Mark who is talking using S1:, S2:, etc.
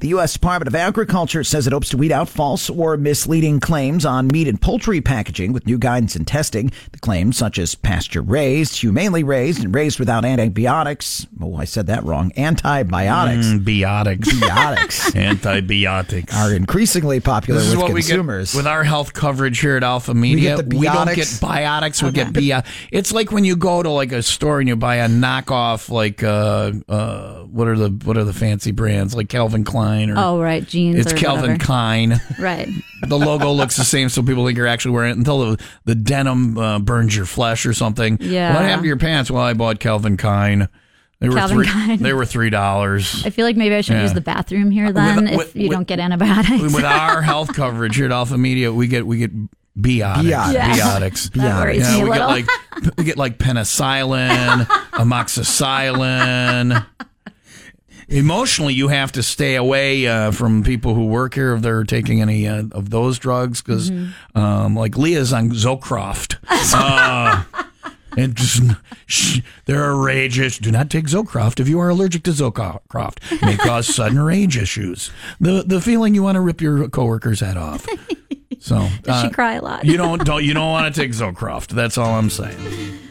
S1: The U.S. Department of Agriculture says it hopes to weed out false or misleading claims on meat and poultry packaging with new guidance and testing. The claims, such as pasture raised, humanely raised, and raised without antibiotics. Oh, I said that wrong. Antibiotics.
S2: Mm, biotics.
S1: Biotics.
S2: Antibiotics.
S1: Are increasingly popular
S2: This is
S1: with
S2: what
S1: consumers.
S2: we get with our health coverage here at Alpha Media.
S1: the
S2: don't
S1: biotics.
S2: get biotics. We get bio. It's like when you go to like a store and you buy a knockoff, like uh, uh, what are the what are the fancy brands like Calvin Klein or
S3: Oh, right, jeans.
S2: it's
S3: or
S2: Calvin
S3: whatever.
S2: Klein.
S3: Right.
S2: the logo looks the same, so people think you're actually wearing it until the, the denim uh, burns your flesh or something.
S3: Yeah.
S2: What happened to your pants? Well, I bought Calvin Klein. They were
S3: Calvin
S2: three.
S3: Klein.
S2: They were three dollars.
S3: I feel like maybe I should
S2: Yeah.
S3: use the bathroom here then
S2: with-
S3: if you
S2: with-
S3: don't get antibiotics.
S2: with our health coverage here at Alpha Media, we get we get biotics,
S1: Biotics.
S3: Yeah.
S2: biotics.
S3: That worries
S2: Yeah,
S3: me a
S2: we get
S3: little.
S2: like we get like penicillin, amoxicillin. Emotionally, you have to stay away uh, from people who work here if they're taking any uh, of those drugs because,
S3: Mm-hmm.
S2: um, like Leah's on Zocroft. Uh, and just, shh, there are rage issues. Do not take Zocroft if you are allergic to Zocroft. It may cause sudden rage issues. The the feeling you want to rip your coworker's head off. So
S3: Does she
S2: uh,
S3: cry a lot?
S2: you don't don't you don't want to take Zocroft. That's all I'm saying.